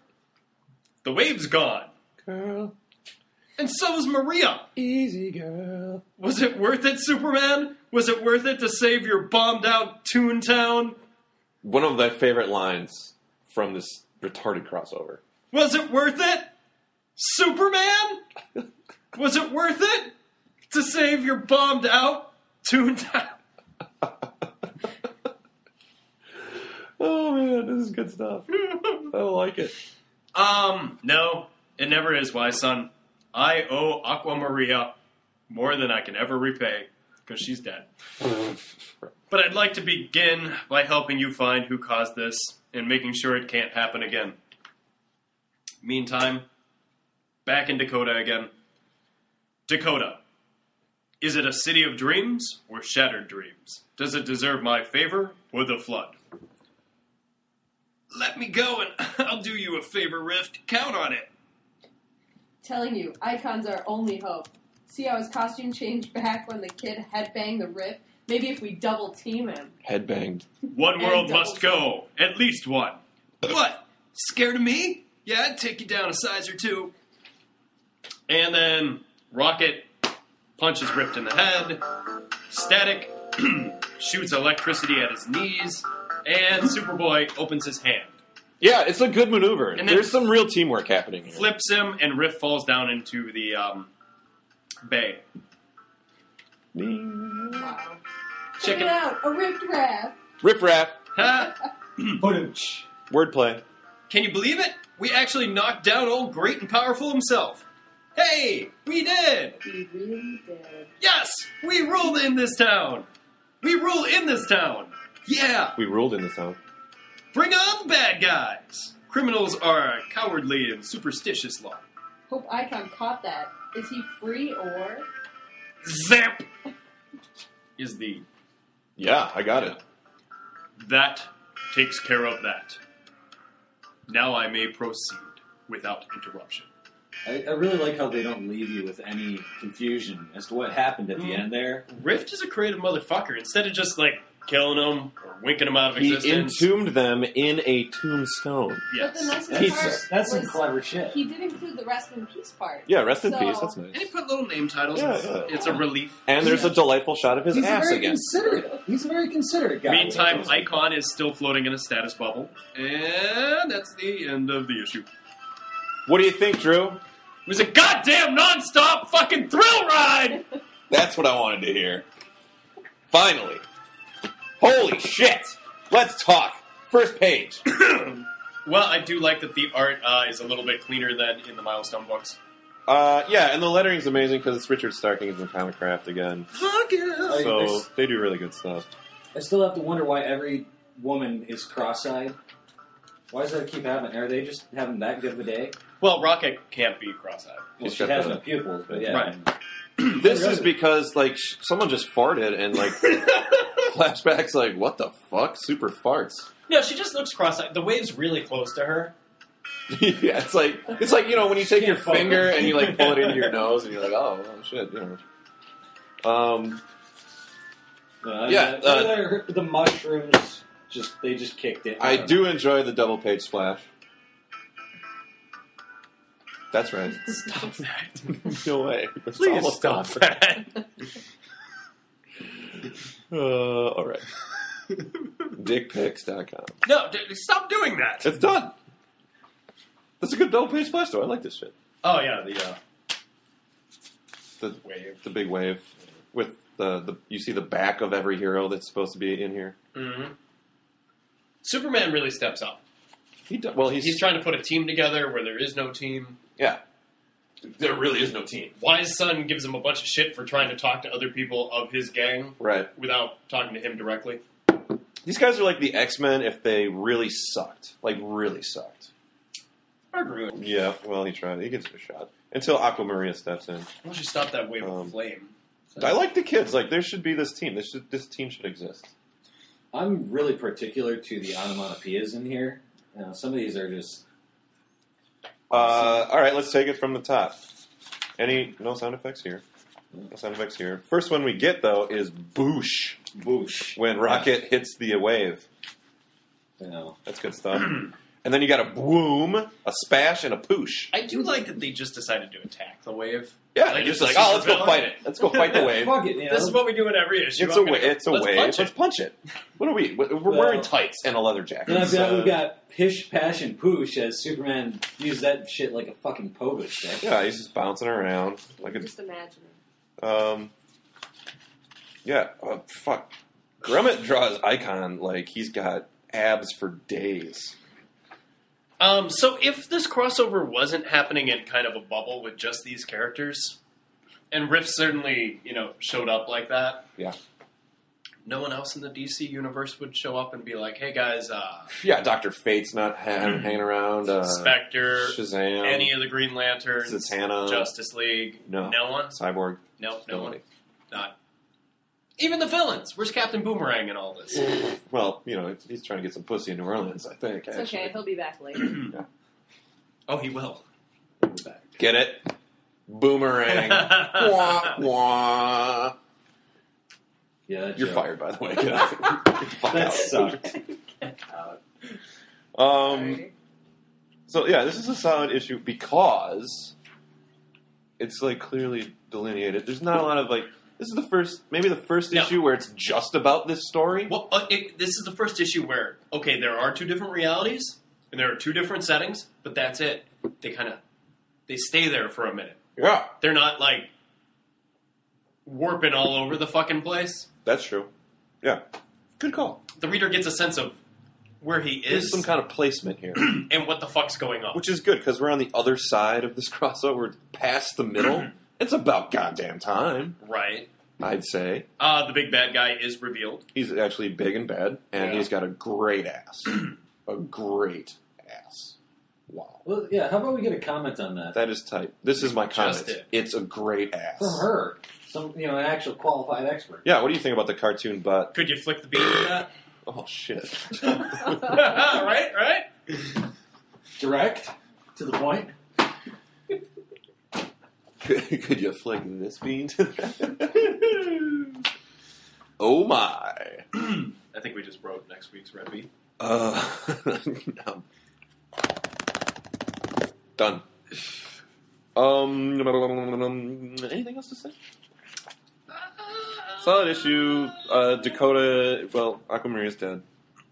Speaker 4: The wave's gone.
Speaker 3: Girl,
Speaker 4: And so's Maria.
Speaker 3: easy girl.
Speaker 4: Was it worth it, Superman? Was it worth it to save your bombed out Toontown?
Speaker 3: One of my favorite lines from this retarded crossover.
Speaker 4: Was it worth it? Superman? Was it worth it to save your bombed out tuned out?
Speaker 3: Oh man, this is good stuff. I like it.
Speaker 4: Um, no, it never is, wise son. I owe Aqua Maria more than I can ever repay because she's dead. But I'd like to begin by helping you find who caused this and making sure it can't happen again. Meantime, back in Dakota again. Dakota. Is it a city of dreams or shattered dreams? Does it deserve my favor or the flood? Let me go and I'll do you a favor, Rift. Count on it.
Speaker 2: Telling you, Icon's our only hope. See how his costume changed back when the kid headbanged the Riff? Maybe if we double team him.
Speaker 3: Headbanged.
Speaker 4: One
Speaker 2: And
Speaker 4: world
Speaker 2: double
Speaker 4: must go. At least one. What? Scared of me? Yeah, I'd take you down a size or two. And then Rocket punches Rift in the head. Static shoots electricity at his knees. And Superboy opens his hand,
Speaker 3: Yeah, it's a good maneuver.
Speaker 4: And then-
Speaker 3: There's some real teamwork happening here.
Speaker 4: flips him, and Rift falls down into the um, bay.
Speaker 2: Wow. Check it
Speaker 4: Chicken.
Speaker 2: out, a ripped raft.
Speaker 3: Riff raff.
Speaker 4: Ha!
Speaker 5: Ba-dum-tsh.
Speaker 3: Wordplay.
Speaker 4: Can you believe it? We actually knocked down old great and powerful himself. Hey, we did!
Speaker 2: He really did.
Speaker 4: Yes, we rule in this town. We rule in this town. Yeah,
Speaker 3: We ruled in the town.
Speaker 4: bring on the bad guys. Criminals are cowardly and superstitious law.
Speaker 2: Hope Icon caught that. Is he free or?
Speaker 4: Zap is the
Speaker 3: Yeah, I got it.
Speaker 4: that takes care of that. Now I may proceed without interruption.
Speaker 5: I, I really like how they don't leave you with any confusion as to what happened at the
Speaker 4: Mm.
Speaker 5: end there.
Speaker 4: Rift is a creative motherfucker. Instead of just like killing them or winking them out of
Speaker 3: He
Speaker 4: existence,
Speaker 3: entombed them in a tombstone.
Speaker 2: But the
Speaker 4: yes.
Speaker 2: nicest
Speaker 5: That's,
Speaker 2: part
Speaker 5: that's some
Speaker 2: was
Speaker 5: clever shit.
Speaker 2: he did include the rest in peace part.
Speaker 3: Yeah, rest in
Speaker 2: So-
Speaker 3: peace. That's
Speaker 4: And he
Speaker 3: nice.
Speaker 4: put little name titles.
Speaker 3: Yeah,
Speaker 4: it's,
Speaker 3: yeah.
Speaker 4: it's a relief.
Speaker 3: And there's a delightful shot of his
Speaker 5: He's
Speaker 3: ass
Speaker 5: very
Speaker 3: again.
Speaker 5: considerate. He's a very considerate guy.
Speaker 4: Meantime, Icon is still floating in a status bubble, and that's the end of the issue.
Speaker 3: What do you think, Drew?
Speaker 4: It was a goddamn non-stop fucking thrill ride.
Speaker 6: That's what I wanted to hear. Finally. Holy shit! Let's talk. First page.
Speaker 4: Well, I do like that the art uh, is a little bit cleaner than in the milestone books.
Speaker 3: Uh, yeah, and the lettering's amazing because it's Richard Starkings and Comic Craft again.
Speaker 5: I,
Speaker 3: So
Speaker 5: I-
Speaker 3: they do really good stuff.
Speaker 5: I still have to wonder why every woman is cross-eyed. Why does that keep happening? Are they just having that good of a day?
Speaker 4: Well, Rocket can't be cross-eyed.
Speaker 5: Well,
Speaker 3: He's
Speaker 5: she
Speaker 3: got
Speaker 5: has
Speaker 3: the-
Speaker 5: no pupils, but yeah.
Speaker 4: Right.
Speaker 3: This is because like sh- someone just farted and like flashbacks like what the fuck super farts.
Speaker 7: No, she just looks cross-eyed. The wave's really close to her.
Speaker 3: yeah, it's like it's like you know when you take your
Speaker 5: Can't focus.
Speaker 3: finger and you like pull it into your nose and you're like oh well, shit you know. Um,
Speaker 5: Uh,
Speaker 6: Yeah, uh,
Speaker 5: they're- the mushrooms just they just kicked it.
Speaker 3: I do enjoy the double page splash. That's right.
Speaker 4: Stop that!
Speaker 3: no way. It's
Speaker 4: Please
Speaker 3: almost
Speaker 4: stop
Speaker 3: done.
Speaker 4: that!
Speaker 3: Uh, all right. Dickpics.com.
Speaker 4: No, d- stop doing that.
Speaker 3: It's done. That's a good double page splash though. I like this shit.
Speaker 4: Oh yeah, the uh,
Speaker 3: The
Speaker 4: wave.
Speaker 3: the big wave with the, the you see the back of every hero that's supposed to be in here.
Speaker 4: hmm Superman really steps up.
Speaker 3: He do, well, he's,
Speaker 4: He's trying to put a team together where there is no team.
Speaker 3: yeah.
Speaker 4: There really is no team. Wise Son gives him a bunch of shit for trying to talk to other people of his gang
Speaker 3: Right.
Speaker 4: without talking to him directly.
Speaker 3: These guys are like the X Men if they really sucked, like really sucked.
Speaker 4: I agree with you.
Speaker 3: Yeah. Well, he tried. He gives it a shot until Aquamarina steps in.
Speaker 4: Why don't you stop that wave
Speaker 3: Um,
Speaker 4: of flame?
Speaker 3: I like the kids. Like there should be this team. This should, this team should exist.
Speaker 5: I'm really particular to the onomatopoeias in here. You know, some of these are just
Speaker 3: Uh, all right, let's take it from the top. Any no sound effects here. No sound effects here. First one we get though is boosh
Speaker 5: boosh.
Speaker 3: when Rocket hits the wave.
Speaker 5: You know,
Speaker 3: That's good stuff. and then you got a boom, a spash, and a poosh.
Speaker 4: I do like that they just decided to attack the wave.
Speaker 3: Yeah,
Speaker 4: Like,
Speaker 3: like,
Speaker 4: it's
Speaker 3: just
Speaker 4: a
Speaker 3: like, oh, let's go
Speaker 4: supervillain.
Speaker 3: fight it. Let's go fight the wave.
Speaker 5: fuck it. You know,
Speaker 4: This is what we do in every issue.
Speaker 3: It's
Speaker 4: I'm
Speaker 3: a
Speaker 4: gonna
Speaker 3: wave.
Speaker 4: go,
Speaker 3: It's a
Speaker 4: "Let's
Speaker 3: wave.
Speaker 4: punch it."
Speaker 3: let's punch it. What are we? We're we're
Speaker 5: Well-
Speaker 3: wearing tights and a leather jacket.
Speaker 5: and I've got,
Speaker 3: so-
Speaker 5: we've got pish pash and poosh as Superman used that shit like a fucking pogo stick.
Speaker 3: yeah, he's just bouncing around like a
Speaker 2: Just imagine it.
Speaker 3: Um, yeah, oh, fuck. Grummet draws icon like he's got abs for days.
Speaker 4: Um, so if this crossover wasn't happening in kind of a bubble with just these characters, and Rift certainly, you know, showed up like that.
Speaker 3: Yeah.
Speaker 4: No one else in the DC universe would show up and be like, "Hey guys, uh,
Speaker 3: Yeah, Doctor Fate's not ha- hanging around. Uh,
Speaker 4: Hmm. Spectre,
Speaker 3: Shazam,
Speaker 4: any of the Green Lanterns,
Speaker 3: Zatanna.
Speaker 4: Justice League,
Speaker 3: No.
Speaker 4: no one,
Speaker 3: Cyborg,
Speaker 4: nope, no one,
Speaker 3: nobody.
Speaker 4: not even the villains. Where's Captain Boomerang in all this?
Speaker 3: Well, you know, he's trying to get some pussy in New Orleans, I think.
Speaker 2: It's
Speaker 3: actually.
Speaker 2: okay. He'll be back later.
Speaker 4: oh, he will.
Speaker 3: Get it? Boomerang. wah, wah.
Speaker 5: Yeah, that
Speaker 3: You're
Speaker 5: joke.
Speaker 3: fired, by the way. Get out. Get the fuck
Speaker 5: That
Speaker 3: out.
Speaker 5: sucked.
Speaker 3: Um, So yeah, this is a solid issue because it's like clearly delineated. There's not a lot of like this is the first maybe the first
Speaker 4: No.
Speaker 3: issue where it's just about this story.
Speaker 4: Well, uh, it, this is the first issue where okay, there are two different realities and there are two different settings, but that's it. They kind of they stay there for a minute.
Speaker 3: Yeah,
Speaker 4: They're not like warping all over the fucking place.
Speaker 3: that's true. Yeah, good call.
Speaker 4: The reader gets a sense of where he
Speaker 3: There's
Speaker 4: is
Speaker 3: some kind of placement here,
Speaker 4: and what the fuck's going on.
Speaker 3: which is good because we're on the other side of this crossover, past the middle.
Speaker 8: Mm-hmm.
Speaker 3: it's about goddamn time,
Speaker 4: right.
Speaker 3: I'd say.
Speaker 4: Uh, the big bad guy is revealed.
Speaker 3: He's actually big and bad, and
Speaker 4: Yeah.
Speaker 3: he's got a great ass, a great ass.
Speaker 8: Wow.
Speaker 5: Well, yeah. How about we get a comment on that
Speaker 3: That is tight. This is my
Speaker 4: Just
Speaker 3: comment.
Speaker 4: it.
Speaker 3: It's a great ass.
Speaker 5: from her? Some, you know, an actual qualified expert.
Speaker 3: Yeah, what do you think about the cartoon butt?
Speaker 4: Could you flick the beam with that?
Speaker 3: Oh shit.
Speaker 4: right, right.
Speaker 5: Direct to the point.
Speaker 8: Could, could you flick this bean to that? oh my.
Speaker 4: I think we just broke next week's red bean.
Speaker 8: Uh, no.
Speaker 3: Done. Um, anything else to say? Solid issue. Uh, Dakota. Well, Aquamaria's dead.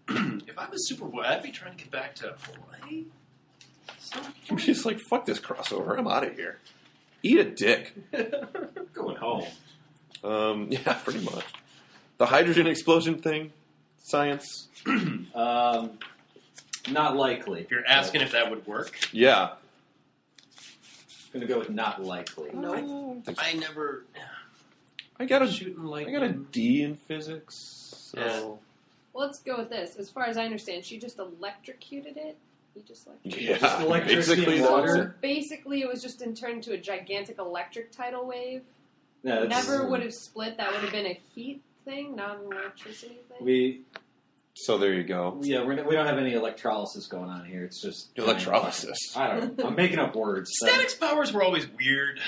Speaker 4: If I was Superboy, I'd be trying to get back to Hawaii.
Speaker 3: She's like, fuck this crossover. I'm out of here. Eat a dick.
Speaker 5: Going home.
Speaker 3: Um, yeah, pretty much. The hydrogen explosion thing. Science.
Speaker 5: Um, not likely.
Speaker 4: If you're asking if that would work,
Speaker 3: Yeah.
Speaker 5: Gonna go with not likely.
Speaker 3: No. I,
Speaker 4: I never
Speaker 3: I got a
Speaker 4: shooting like
Speaker 3: I got a D in physics. So
Speaker 2: Well, let's go with this. As far as I understand, she just electrocuted it. You just like.
Speaker 3: yeah,
Speaker 5: Just electricity
Speaker 3: basically
Speaker 5: and
Speaker 3: that's
Speaker 5: water.
Speaker 3: it.
Speaker 2: Basically, it was just in- turned into a gigantic electric tidal wave.
Speaker 5: No, that's-
Speaker 2: Never would have split. That would have been a heat thing, not an electricity thing.
Speaker 5: We
Speaker 3: So there you go.
Speaker 5: yeah we're, we don't have any electrolysis going on here. It's just
Speaker 8: Electrolysis.
Speaker 5: I don't. know. I'm making up words. so-
Speaker 4: Statics powers were always weird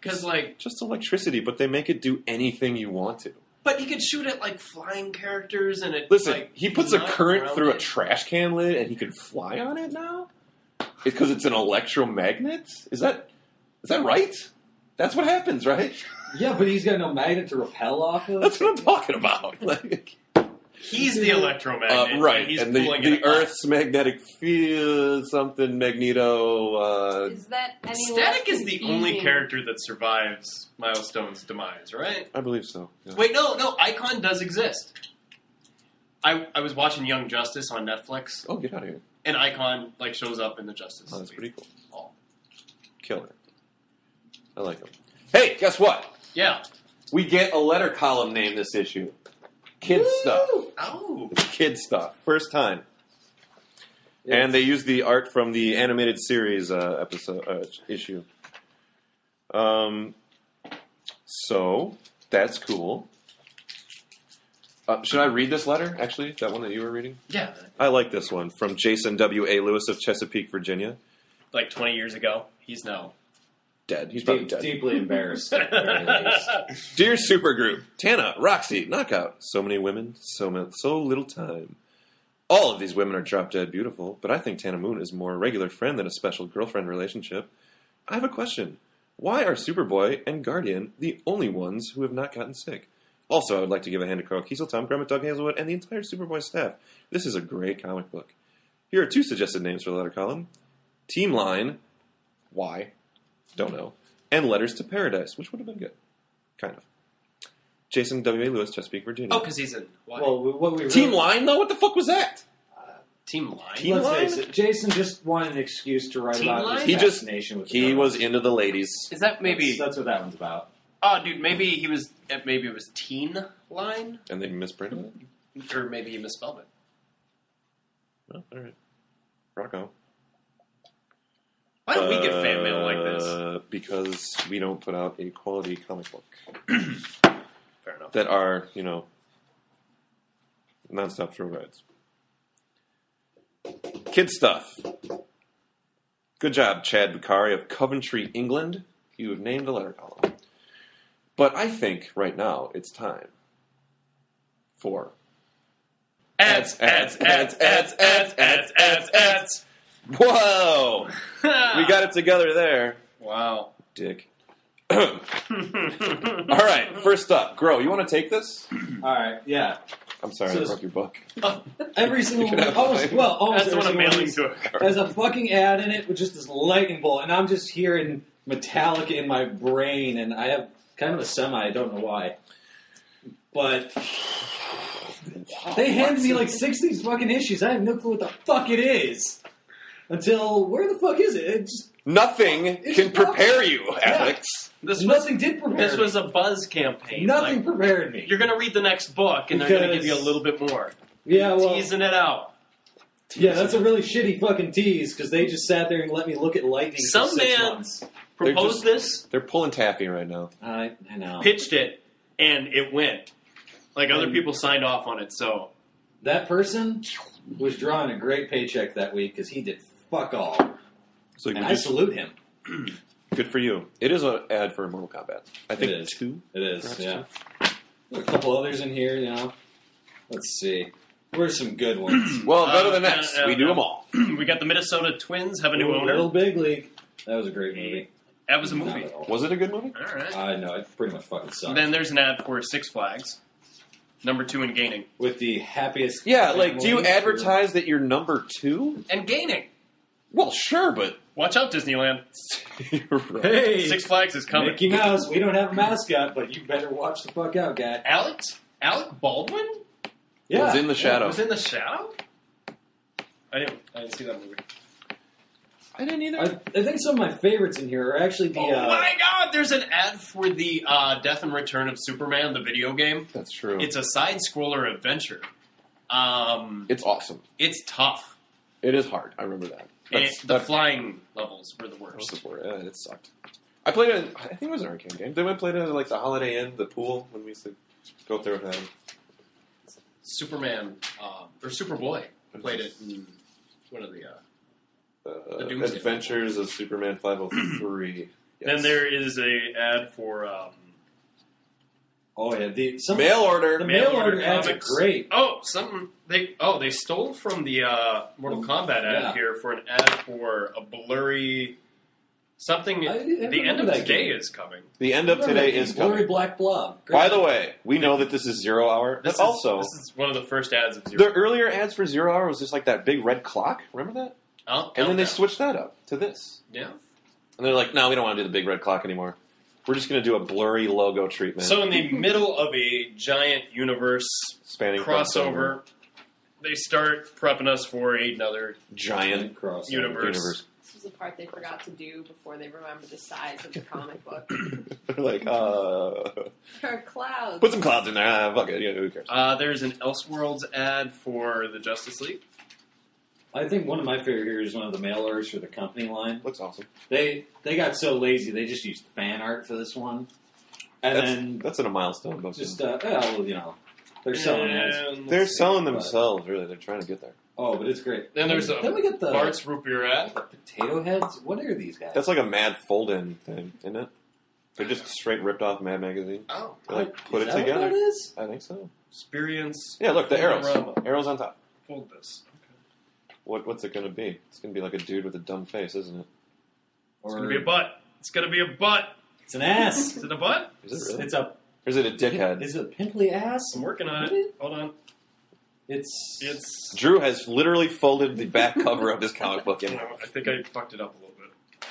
Speaker 4: because, like,
Speaker 3: Just electricity, but they make it do anything you want to.
Speaker 4: but he could shoot at like flying characters, and it
Speaker 3: Listen,
Speaker 4: like,
Speaker 3: he puts a
Speaker 4: not
Speaker 3: current through a
Speaker 4: grounded.
Speaker 3: trash can lid and he can fly on it now? It's because it's an electromagnet? Is that is that right? That's what happens, right?
Speaker 5: Yeah, but he's got no magnet to repel off of.
Speaker 3: That's what I'm talking about. Like,
Speaker 4: He's the
Speaker 3: uh,
Speaker 4: electromagnet,
Speaker 3: right,
Speaker 4: And he's
Speaker 3: and the,
Speaker 4: pulling
Speaker 3: the
Speaker 4: it up.
Speaker 3: Earth's magnetic field, something magneto. Uh,
Speaker 2: Is that any
Speaker 4: Static
Speaker 2: less
Speaker 4: is the only
Speaker 2: confusing?
Speaker 4: character that survives Milestone's demise, right?
Speaker 3: I believe so. yeah.
Speaker 4: Wait, no, no, Icon does exist. I, I was watching Young Justice on Netflix,
Speaker 3: Oh, get out of here.
Speaker 4: and Icon like shows up in the Justice
Speaker 3: Oh, that's pretty
Speaker 4: League.
Speaker 3: cool.
Speaker 4: Oh.
Speaker 3: Killer. I like him.
Speaker 8: Hey, guess what?
Speaker 4: Yeah.
Speaker 8: We get a letter column name this issue.
Speaker 3: Kid stuff.
Speaker 4: Oh.
Speaker 3: Kid stuff. First time.
Speaker 5: Yeah.
Speaker 3: And they use the art from the animated series uh, episode uh, issue. Um, so that's cool. Uh, should I read this letter? Actually, that one that you were reading.
Speaker 4: Yeah.
Speaker 3: I like this one from Jason W. A. Lewis of Chesapeake, Virginia.
Speaker 4: Like 20 years ago, he's now.
Speaker 3: Dead. He's probably
Speaker 5: Deep,
Speaker 3: dead.
Speaker 5: deeply embarrassed. at the very least.
Speaker 4: That's
Speaker 3: Dear Supergroup, Tana, Roxy, Knockout. So many women, so ma- so little time. All of these women are drop dead beautiful, but I think Tana Moon is more a regular friend than a special girlfriend relationship. I have a question. Why are Superboy and Guardian the only ones who have not gotten sick? Also, I would like to give a hand to Carl Kiesel, Tom Grummett, Doug Hazelwood, and the entire Superboy staff. This is a great comic book. Here are two suggested names for the letter column Team Line, why? Don't know. And Letters to Paradise, which would have been good. Kind of. Jason W. A. Lewis, Chesapeake, Virginia.
Speaker 4: Oh, because he's in. What?
Speaker 5: Well, what we
Speaker 3: Team
Speaker 5: really-
Speaker 3: Line, though? What the fuck was that?
Speaker 4: Team Line?
Speaker 3: Team
Speaker 5: Let's
Speaker 3: Line?
Speaker 5: face it, Jason just wanted an excuse to write
Speaker 4: Team
Speaker 5: about
Speaker 4: Line?
Speaker 5: his
Speaker 3: He just-
Speaker 5: fascination with.
Speaker 3: He
Speaker 5: girls.
Speaker 3: was into the ladies.
Speaker 4: Is that maybe.
Speaker 5: That's, that's what that one's about.
Speaker 4: Oh, dude, maybe he was. eh, Maybe it was Teen Line?
Speaker 3: And they misprinted it?
Speaker 4: Or maybe he misspelled it.
Speaker 3: Well, all right. Rock on.
Speaker 4: Why don't we get fan mail like this?
Speaker 3: Uh, Because we don't put out a quality comic book
Speaker 4: Fair enough.
Speaker 3: that are, you know, nonstop thrill rides. Kid stuff. Good job, Chad Bukhari of Coventry, England. You have named a letter column. But I think right now it's time for
Speaker 4: Ads, ads, ads, ads, ads, ads, ads, ads.
Speaker 3: Whoa! We got it together there,
Speaker 4: Wow.
Speaker 3: Dick. All right, first up, Grow. You want to take this?
Speaker 4: Hmm.
Speaker 5: All right, yeah.
Speaker 3: I'm sorry,
Speaker 5: So
Speaker 3: I
Speaker 5: it's-
Speaker 3: broke your book.
Speaker 5: Every single
Speaker 3: could have
Speaker 5: almost,
Speaker 3: mine.
Speaker 5: well, almost
Speaker 4: That's the
Speaker 5: every
Speaker 4: one I'm
Speaker 5: single of
Speaker 4: mailing
Speaker 5: these
Speaker 4: to her.
Speaker 5: There's a fucking ad in it with just this lightning bolt, and I'm just hearing Metallica in my brain, and I have kind of a semi. I don't know why, but they handed me like six of these fucking issues. I have no clue what the fuck it is until where the fuck is it? It just
Speaker 8: Nothing
Speaker 5: It's
Speaker 8: can
Speaker 5: not-
Speaker 8: prepare you, Alex.
Speaker 4: This was
Speaker 5: nothing did prepare.
Speaker 4: this
Speaker 5: me.
Speaker 4: was a buzz campaign.
Speaker 5: nothing
Speaker 4: Like,
Speaker 5: prepared me.
Speaker 4: you're gonna read the next book, and they're gonna
Speaker 5: Because-
Speaker 4: give you a little bit more,
Speaker 5: Yeah, well,
Speaker 4: teasing it out.
Speaker 5: Yeah, that's a really shitty fucking tease because they just sat there and let me look at lightning
Speaker 4: Some
Speaker 5: for six
Speaker 4: man-
Speaker 5: months.
Speaker 4: Proposed this,
Speaker 3: They're pulling taffy right now.
Speaker 5: I, I know
Speaker 4: pitched it, and it went. Like other
Speaker 5: And-
Speaker 4: people signed off on it, so
Speaker 5: that person was drawing a great paycheck that week because he did fuck all,
Speaker 3: So
Speaker 5: and
Speaker 3: we
Speaker 5: I
Speaker 3: just-
Speaker 5: salute him.
Speaker 3: good for you. It is an ad for Mortal Kombat. I think
Speaker 5: is.
Speaker 3: two.
Speaker 5: It is,
Speaker 3: Perhaps
Speaker 5: yeah. There are a couple others in here, you know. Let's see. Where's some good ones?
Speaker 3: Well, go to
Speaker 4: Uh,
Speaker 3: the next.
Speaker 4: uh, uh,
Speaker 3: we do
Speaker 4: no.
Speaker 3: them all.
Speaker 4: we got the Minnesota Twins have a new
Speaker 5: Little- Little
Speaker 4: owner.
Speaker 5: Big League. That was a great movie.
Speaker 4: That was a
Speaker 5: Not
Speaker 4: movie.
Speaker 5: at all.
Speaker 3: Was it a good movie?
Speaker 4: All right.
Speaker 5: I know it pretty much fucking sucked.
Speaker 4: Then there's an ad for Six Flags, number two in gaining
Speaker 5: With the happiest.
Speaker 3: Yeah, like, do you
Speaker 5: family-
Speaker 3: advertise that you're number two?
Speaker 4: and gaining.
Speaker 3: Well, sure, but
Speaker 4: Watch out, Disneyland.
Speaker 3: you're right.
Speaker 5: Hey,
Speaker 4: Six Flags is coming.
Speaker 5: Mickey Mouse. We don't have a mascot, but you better watch the fuck out, guy.
Speaker 4: Alex Alec Baldwin
Speaker 5: Yeah,
Speaker 3: was in the shadow.
Speaker 4: was in the shadow. I didn't. I didn't see that movie.
Speaker 3: I didn't either.
Speaker 5: I, I think some of my favorites in here are actually the.
Speaker 4: Oh
Speaker 5: uh,
Speaker 4: my God! There's an ad for the uh, Death and Return of Superman, the video game.
Speaker 3: That's true.
Speaker 5: Hmm.
Speaker 3: It's,
Speaker 4: It's a side scroller adventure. Um,
Speaker 3: awesome.
Speaker 4: it's tough.
Speaker 3: It is hard. I remember that.
Speaker 4: And
Speaker 3: That's,
Speaker 4: it, the
Speaker 3: that-
Speaker 4: flying levels were the
Speaker 3: that was
Speaker 4: worst.
Speaker 3: the word. Uh, it sucked. I played it. I think it was an arcade game. They went and played it at like the Holiday Inn, the pool when we used to go up there with them.
Speaker 4: Superman um, or Superboy played it. In one of the. Uh,
Speaker 3: Uh,
Speaker 4: The Doomsday.
Speaker 3: Adventures of Superman 503. Yes.
Speaker 4: Then there is a ad for. Um,
Speaker 5: Oh yeah, the some
Speaker 3: mail
Speaker 5: The
Speaker 3: order.
Speaker 5: mail
Speaker 4: Mail
Speaker 5: order
Speaker 4: order
Speaker 5: ads are
Speaker 4: comics.
Speaker 5: great.
Speaker 4: oh, something they oh they stole from the uh, Mortal Kombat ad
Speaker 5: Oh, Yeah.
Speaker 4: here for an ad for a blurry something.
Speaker 5: I- I
Speaker 4: the end
Speaker 5: remember
Speaker 4: of
Speaker 5: that
Speaker 4: today
Speaker 5: game.
Speaker 4: is coming.
Speaker 3: The end of today is
Speaker 5: Glory
Speaker 3: coming.
Speaker 5: Black Blob. Great.
Speaker 3: By the way, we know that this is zero hour,
Speaker 4: This
Speaker 3: but
Speaker 4: is,
Speaker 3: also
Speaker 4: this is one of the first ads of
Speaker 3: the
Speaker 4: zero.
Speaker 3: earlier ads for zero hour was just like that big red clock. Remember that?
Speaker 4: Oh,
Speaker 3: And then they
Speaker 4: countdown.
Speaker 3: switched that up to this.
Speaker 4: Yeah.
Speaker 3: And they're like, no, we don't want to do the big red clock anymore. We're just going to do a blurry logo treatment.
Speaker 4: So in the middle of a giant universe
Speaker 3: spanning crossover,
Speaker 4: crossover, they start prepping us for another
Speaker 3: giant
Speaker 5: Cross
Speaker 4: Universe.
Speaker 3: universe.
Speaker 2: This was the part they forgot to do before they remembered the size of the comic book.
Speaker 3: they're like, uh,
Speaker 2: There are clouds.
Speaker 3: put some clouds in there. Ah, fuck it. You know, who cares?
Speaker 4: Uh, there's an Elseworlds ad for the Justice League.
Speaker 5: I think one of my favorite here is one of the mail orders for the company line.
Speaker 3: Looks awesome.
Speaker 5: They they got so lazy they just used fan art for this one, and
Speaker 3: that's,
Speaker 5: then
Speaker 3: that's in a milestone. Most
Speaker 5: just
Speaker 3: of them.
Speaker 5: uh, well, you know they're selling ads.
Speaker 4: And
Speaker 3: they're
Speaker 4: let's see.
Speaker 3: selling
Speaker 5: but-
Speaker 3: themselves. Really, they're trying to get there.
Speaker 5: Oh, but it's great.
Speaker 4: Then there's a
Speaker 5: then we get the
Speaker 4: Bart's root beer ad.
Speaker 5: the potato heads. What are these guys?
Speaker 3: That's like a Mad fold-in thing, isn't it? They're just straight ripped off Mad magazine.
Speaker 4: Oh,
Speaker 3: They like
Speaker 5: Is
Speaker 3: put it
Speaker 5: that what that
Speaker 3: together.
Speaker 5: is?
Speaker 3: I think so.
Speaker 4: experience.
Speaker 3: Yeah, look the arrows.
Speaker 4: Panorama.
Speaker 3: Arrows on top.
Speaker 4: Fold this. Okay.
Speaker 3: What, what's it going to be? It's going to be like a dude with a dumb face, isn't it?
Speaker 4: It's
Speaker 5: Or-
Speaker 4: gonna be a butt. It's gonna be a butt.
Speaker 5: it's an ass.
Speaker 4: Is it a butt?
Speaker 3: Is it really?
Speaker 5: It's a
Speaker 3: Or is it a dickhead?
Speaker 5: is it a pimply ass?
Speaker 4: I'm working on it.
Speaker 3: Mm-hmm.
Speaker 4: Hold on.
Speaker 5: It's
Speaker 4: It's.
Speaker 3: Drew has literally folded the back cover of his comic book in.
Speaker 4: I think I fucked it up a little bit.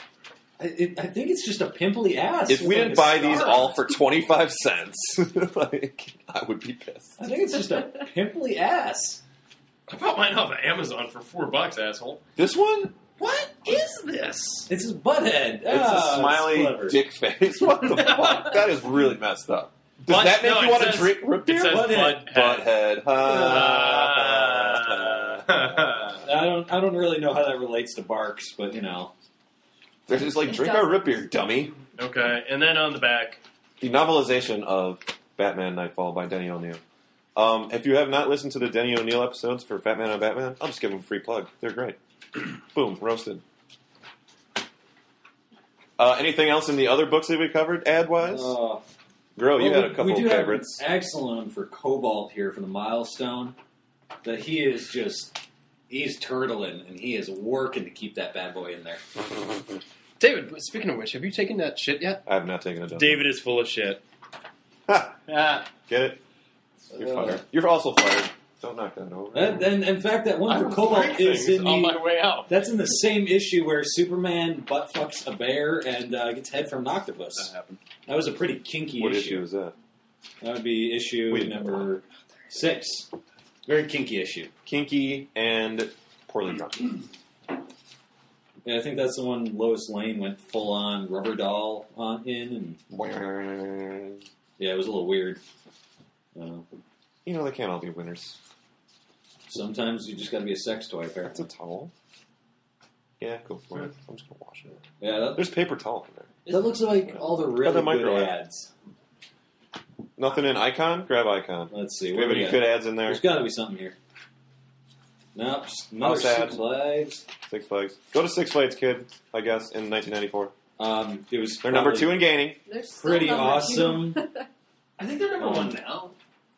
Speaker 5: I, it, I think it's just a pimply ass.
Speaker 3: If we
Speaker 5: with,
Speaker 3: didn't
Speaker 5: like,
Speaker 3: buy
Speaker 5: a
Speaker 3: these
Speaker 5: star.
Speaker 3: all for 25 cents, like, I would be pissed.
Speaker 5: I think it's just a pimply ass.
Speaker 4: I bought mine off of Amazon for four bucks, asshole.
Speaker 3: This one?
Speaker 4: What is this?
Speaker 5: It's his Ah, butt head.
Speaker 3: It's
Speaker 4: Ah,
Speaker 3: a smiley dick face. What the fuck? That is really messed up. Does
Speaker 4: But-
Speaker 3: that make
Speaker 4: no,
Speaker 3: you
Speaker 4: it
Speaker 3: want
Speaker 4: says-
Speaker 3: to drink root
Speaker 4: It
Speaker 3: beer?
Speaker 4: says
Speaker 5: Butthead.
Speaker 4: butt head.
Speaker 3: Butthead. Ha, ha, ha.
Speaker 4: Uh,
Speaker 5: I don't. I don't really know how that relates to Barks, but you know,
Speaker 3: They're just like,
Speaker 2: It
Speaker 3: drink our
Speaker 2: doesn't.
Speaker 3: root beer, dummy.
Speaker 4: okay, and then on the back,
Speaker 3: The novelization of Batman Nightfall by Denny O'Neil. Um, if you have not listened to the Denny O'Neil episodes for Batman and Batman, I'll just give them a free plug. They're great. Boom, roasted. Uh, anything else in the other books that we covered ad wise?
Speaker 5: Uh,
Speaker 3: Gro, you
Speaker 5: well,
Speaker 3: had a couple
Speaker 5: we, we
Speaker 3: of
Speaker 5: do
Speaker 3: favorites.
Speaker 5: Have an excellent one for Cobalt here for the milestone. That he is just he's turtling and he is working to keep that bad boy in there.
Speaker 4: David. Speaking of which, have you taken that shit yet?
Speaker 3: I have not taken a dump.
Speaker 4: David is full of shit.
Speaker 7: Uh,
Speaker 3: Ha,
Speaker 4: Ah,
Speaker 3: get it? You're
Speaker 5: Uh,
Speaker 3: fired. You're also fired. Don't knock that over.
Speaker 5: And, and in fact, that one for
Speaker 4: I'm
Speaker 5: Cobalt
Speaker 4: learning
Speaker 5: is
Speaker 4: things
Speaker 5: in
Speaker 4: on
Speaker 5: the-
Speaker 4: my way out.
Speaker 5: That's in the same issue where Superman butt fucks a bear and uh, gets head from an octopus.
Speaker 4: happened.
Speaker 5: That was a pretty kinky
Speaker 3: what
Speaker 5: issue.
Speaker 3: issue is that?
Speaker 5: That would be issue
Speaker 3: Wait.
Speaker 5: number six. Very kinky issue.
Speaker 3: Kinky and poorly drunk.
Speaker 5: Yeah, I think that's the one Lois Lane went full on rubber doll on in, and yeah, it was a little weird. Uh,
Speaker 3: You know, they can't all be winners.
Speaker 5: Sometimes you just got to be a sex toy,
Speaker 3: That's
Speaker 5: apparently.
Speaker 3: a towel. Yeah, go for it. I'm just gonna wash it.
Speaker 5: Yeah, that,
Speaker 3: There's paper towel in there.
Speaker 5: that looks like all the really
Speaker 3: the
Speaker 5: good
Speaker 3: microwave.
Speaker 5: ads.
Speaker 3: Nothing in icon. Grab icon.
Speaker 5: Let's see.
Speaker 3: Do we
Speaker 5: what
Speaker 3: have
Speaker 5: do we
Speaker 3: any
Speaker 5: got?
Speaker 3: good ads in there?
Speaker 5: There's got to be something here. Nope. just Another
Speaker 3: House ad.
Speaker 5: Six Flags.
Speaker 3: Six Flags. Go to Six Flags, kid. I guess in 1994,
Speaker 5: Um, it was
Speaker 3: they're number
Speaker 5: probably-
Speaker 3: two in gaining.
Speaker 2: They're still
Speaker 5: Pretty
Speaker 2: number
Speaker 5: awesome.
Speaker 2: two.
Speaker 7: I think they're number
Speaker 5: Um,
Speaker 7: one now.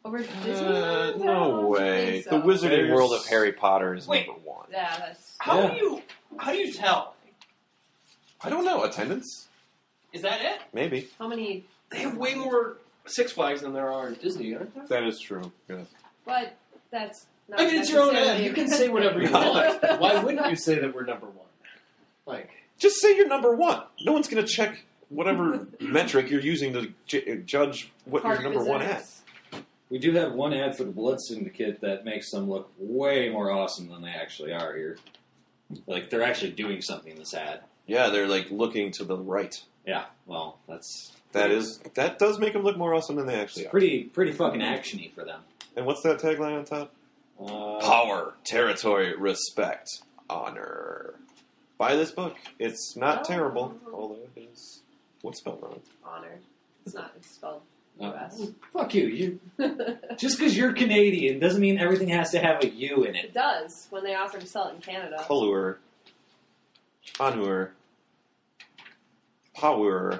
Speaker 2: Over at
Speaker 3: Uh,
Speaker 2: Disneyland? I
Speaker 3: no
Speaker 2: don't
Speaker 3: way.
Speaker 2: think
Speaker 3: The
Speaker 2: so.
Speaker 3: Wizarding
Speaker 5: There's-
Speaker 3: World of Harry Potter is
Speaker 7: Wait.
Speaker 3: number one.
Speaker 2: Yeah, that's.
Speaker 7: How
Speaker 5: Yeah.
Speaker 7: do you how do you tell?
Speaker 3: I don't know attendance.
Speaker 7: Is that it?
Speaker 3: Maybe
Speaker 2: How many?
Speaker 7: They have way more Six Flags than there are at Disney, aren't there?
Speaker 3: that is true. Yes.
Speaker 2: But that's. Not
Speaker 7: I mean, it's your own ad.
Speaker 2: necessarily-
Speaker 7: You can say whatever you want. Why wouldn't you say that we're number one? Like,
Speaker 3: Just say you're number one. No one's gonna check whatever metric you're using to j- judge what
Speaker 2: Park
Speaker 3: you're number one at.
Speaker 2: visitors.
Speaker 5: We do have one ad for the Blood Syndicate that makes them look way more awesome than they actually are here. Like they're actually doing something in this ad.
Speaker 3: Yeah, they're like looking to the right.
Speaker 5: Yeah, well, that's
Speaker 3: That is that does make them look more awesome than they actually
Speaker 5: it's
Speaker 3: are.
Speaker 5: pretty pretty fucking actiony for them.
Speaker 3: And what's that tagline on top?
Speaker 5: Uh,
Speaker 6: Power, territory, respect.
Speaker 3: Honor. Buy this book. It's not
Speaker 2: Oh.
Speaker 3: terrible, although it is. What's spelled wrong?
Speaker 2: Honor. It's not it's spelled
Speaker 5: uh,
Speaker 2: U.S.
Speaker 5: fuck you! You
Speaker 2: it
Speaker 5: just because you're Canadian doesn't mean everything has to have a U in it.
Speaker 2: does when they offer to sell it in Canada.
Speaker 3: Color. Honor. Power.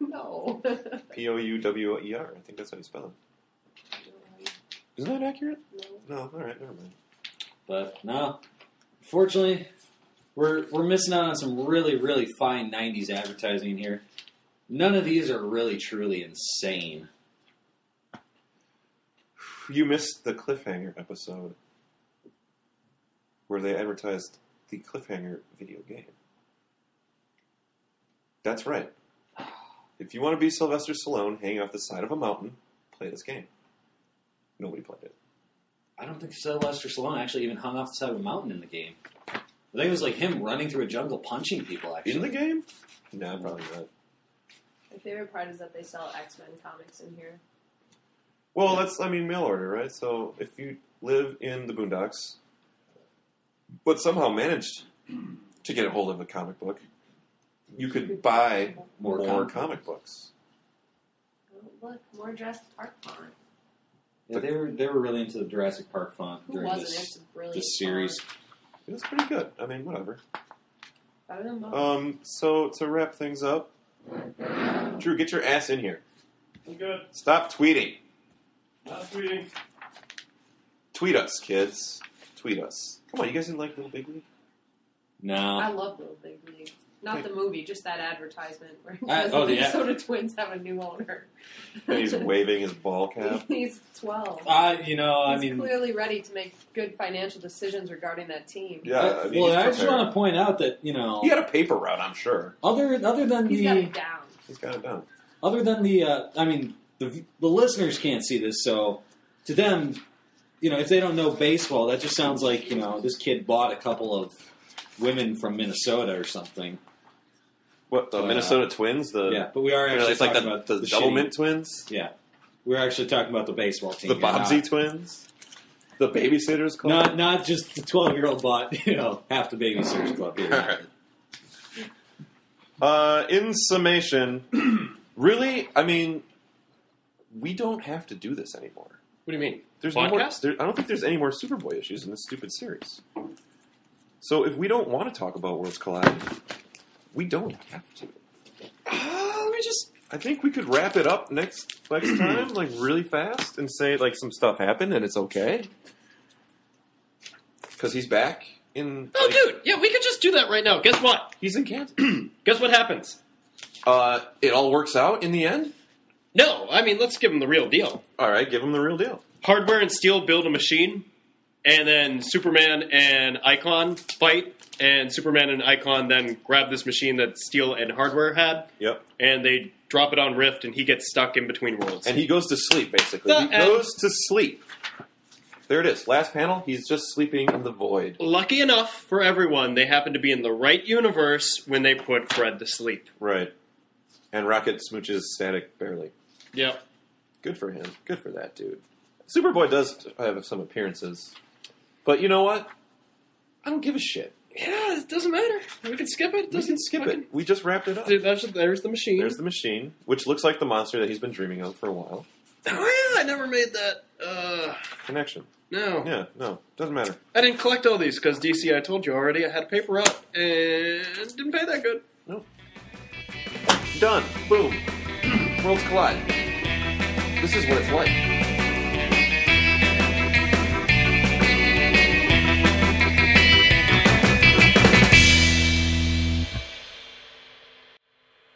Speaker 2: No.
Speaker 3: P O U W E R. I think that's how you spell it. Isn't that accurate?
Speaker 2: No.
Speaker 3: No. All right. Never mind.
Speaker 5: But no, fortunately, we're we're missing out on some really really fine '90s advertising here. None of these are really truly insane.
Speaker 3: You missed the cliffhanger episode where they advertised the cliffhanger video game. That's right. If you want to be Sylvester Stallone hanging off the side of a mountain, play this game. Nobody played it.
Speaker 5: I don't think Sylvester Stallone actually even hung off the side of a mountain in the game. I think it was like him running through a jungle punching people.
Speaker 3: In
Speaker 5: Actually,
Speaker 3: the game? No, probably not.
Speaker 2: My favorite part is that they sell X Men comics in here.
Speaker 3: Well, that's, I mean, mail order, right? So if you live in the boondocks, but somehow managed to get a hold of a comic book, you could buy
Speaker 5: More
Speaker 3: more,
Speaker 5: comic
Speaker 3: comic books.
Speaker 2: Oh, look, more dressed park font.
Speaker 5: yeah, they were they were really into the Jurassic Park font
Speaker 2: Who
Speaker 5: during
Speaker 2: wasn't?
Speaker 5: this
Speaker 2: It's a brilliant
Speaker 5: this series.
Speaker 2: font.
Speaker 3: It was pretty good. I mean, whatever.
Speaker 2: Better than both.
Speaker 3: Um, so to wrap things up, Drew, get your ass in here.
Speaker 4: I'm good.
Speaker 3: Stop tweeting.
Speaker 4: Not tweeting.
Speaker 3: Tweet us, kids. Tweet us. Come on, you guys didn't like Little Big League?
Speaker 2: I
Speaker 5: No,
Speaker 2: love Little Big League. Not the movie, just that advertisement where it
Speaker 5: Uh,
Speaker 2: says
Speaker 5: oh,
Speaker 2: the
Speaker 5: the ad-
Speaker 2: Minnesota Twins have a new owner.
Speaker 3: And he's waving his ball
Speaker 5: Uh,
Speaker 3: cap.
Speaker 2: He's 12.
Speaker 5: I you know I
Speaker 2: He's
Speaker 5: mean,
Speaker 2: clearly ready to make good financial decisions regarding that team.
Speaker 3: Yeah, I mean,
Speaker 5: well,
Speaker 3: he's
Speaker 5: I just
Speaker 3: prepared.
Speaker 5: want to point out that you know
Speaker 3: He had a paper route, I'm sure.
Speaker 5: other other than
Speaker 2: He's
Speaker 5: the
Speaker 2: got it down.
Speaker 3: He's got it done.
Speaker 5: other than the uh, I mean the the listeners can't see this, so to them, you know, if they don't know baseball, that just sounds like you know this kid bought a couple of women from Minnesota or something.
Speaker 3: What the
Speaker 5: Uh,
Speaker 3: Minnesota Twins? The
Speaker 5: yeah, but we are
Speaker 3: you know,
Speaker 5: actually
Speaker 3: it's like
Speaker 5: talking
Speaker 3: the,
Speaker 5: about
Speaker 3: the,
Speaker 5: the
Speaker 3: Double
Speaker 5: shitty-
Speaker 3: Mint Twins,
Speaker 5: Yeah, we're actually talking about the baseball team,
Speaker 3: the
Speaker 5: here, not-
Speaker 3: Bobsey Twins, the Babysitters Club.
Speaker 5: not not just the twelve year old, but you know half the babysitters club here.
Speaker 3: Uh, in summation, really, I mean, we don't have to do this anymore.
Speaker 7: what do you mean?
Speaker 3: There's no more,
Speaker 7: Podcast?
Speaker 3: there, I don't think there's any more Superboy issues in this stupid series. So if we don't want to talk about Worlds Collide, we don't have to.
Speaker 7: Uh, we just
Speaker 3: I think we could wrap it up next next time, like really fast, and say like some stuff happened and it's okay. Because he's back in.
Speaker 7: oh,
Speaker 3: like,
Speaker 7: dude, yeah, we could just do that right now. Guess what?
Speaker 3: He's in Kansas.
Speaker 7: Guess what happens?
Speaker 3: uh, it all works out in the end.
Speaker 7: No, I mean, let's give them the real deal.
Speaker 3: All right, give him the real deal.
Speaker 7: Hardware and Steel build a machine, and then Superman and Icon fight, and Superman and Icon then grab this machine that Steel and Hardware had,
Speaker 3: Yep.
Speaker 7: and they drop it on Rift, and he gets stuck in between worlds.
Speaker 3: And he goes to sleep, basically.
Speaker 7: The
Speaker 3: he
Speaker 7: end.
Speaker 3: goes to sleep. There it is. Last panel, he's just sleeping in the void.
Speaker 7: Lucky enough for everyone, they happen to be in the right universe when they put Fred to sleep.
Speaker 3: Right. And Rocket smooches static barely.
Speaker 7: Yep.
Speaker 3: Good for him. Good for that dude. Superboy does have some appearances. But you know what? I don't give a shit.
Speaker 4: Yeah, it doesn't matter. We can skip it. it
Speaker 3: We
Speaker 4: doesn't
Speaker 3: can skip
Speaker 4: fucking-
Speaker 3: it. We just wrapped it up.
Speaker 4: Dude, that's- there's the machine.
Speaker 3: There's the machine, which looks like the monster that he's been dreaming of for a while.
Speaker 4: oh yeah, I never made that. Uh,
Speaker 3: Connection.
Speaker 4: no,
Speaker 3: Yeah, no, doesn't matter.
Speaker 4: I didn't collect all these because DC. I told you already. I had paper up and didn't pay that good.
Speaker 3: No. Done. Boom. Worlds collide. This is what it's like.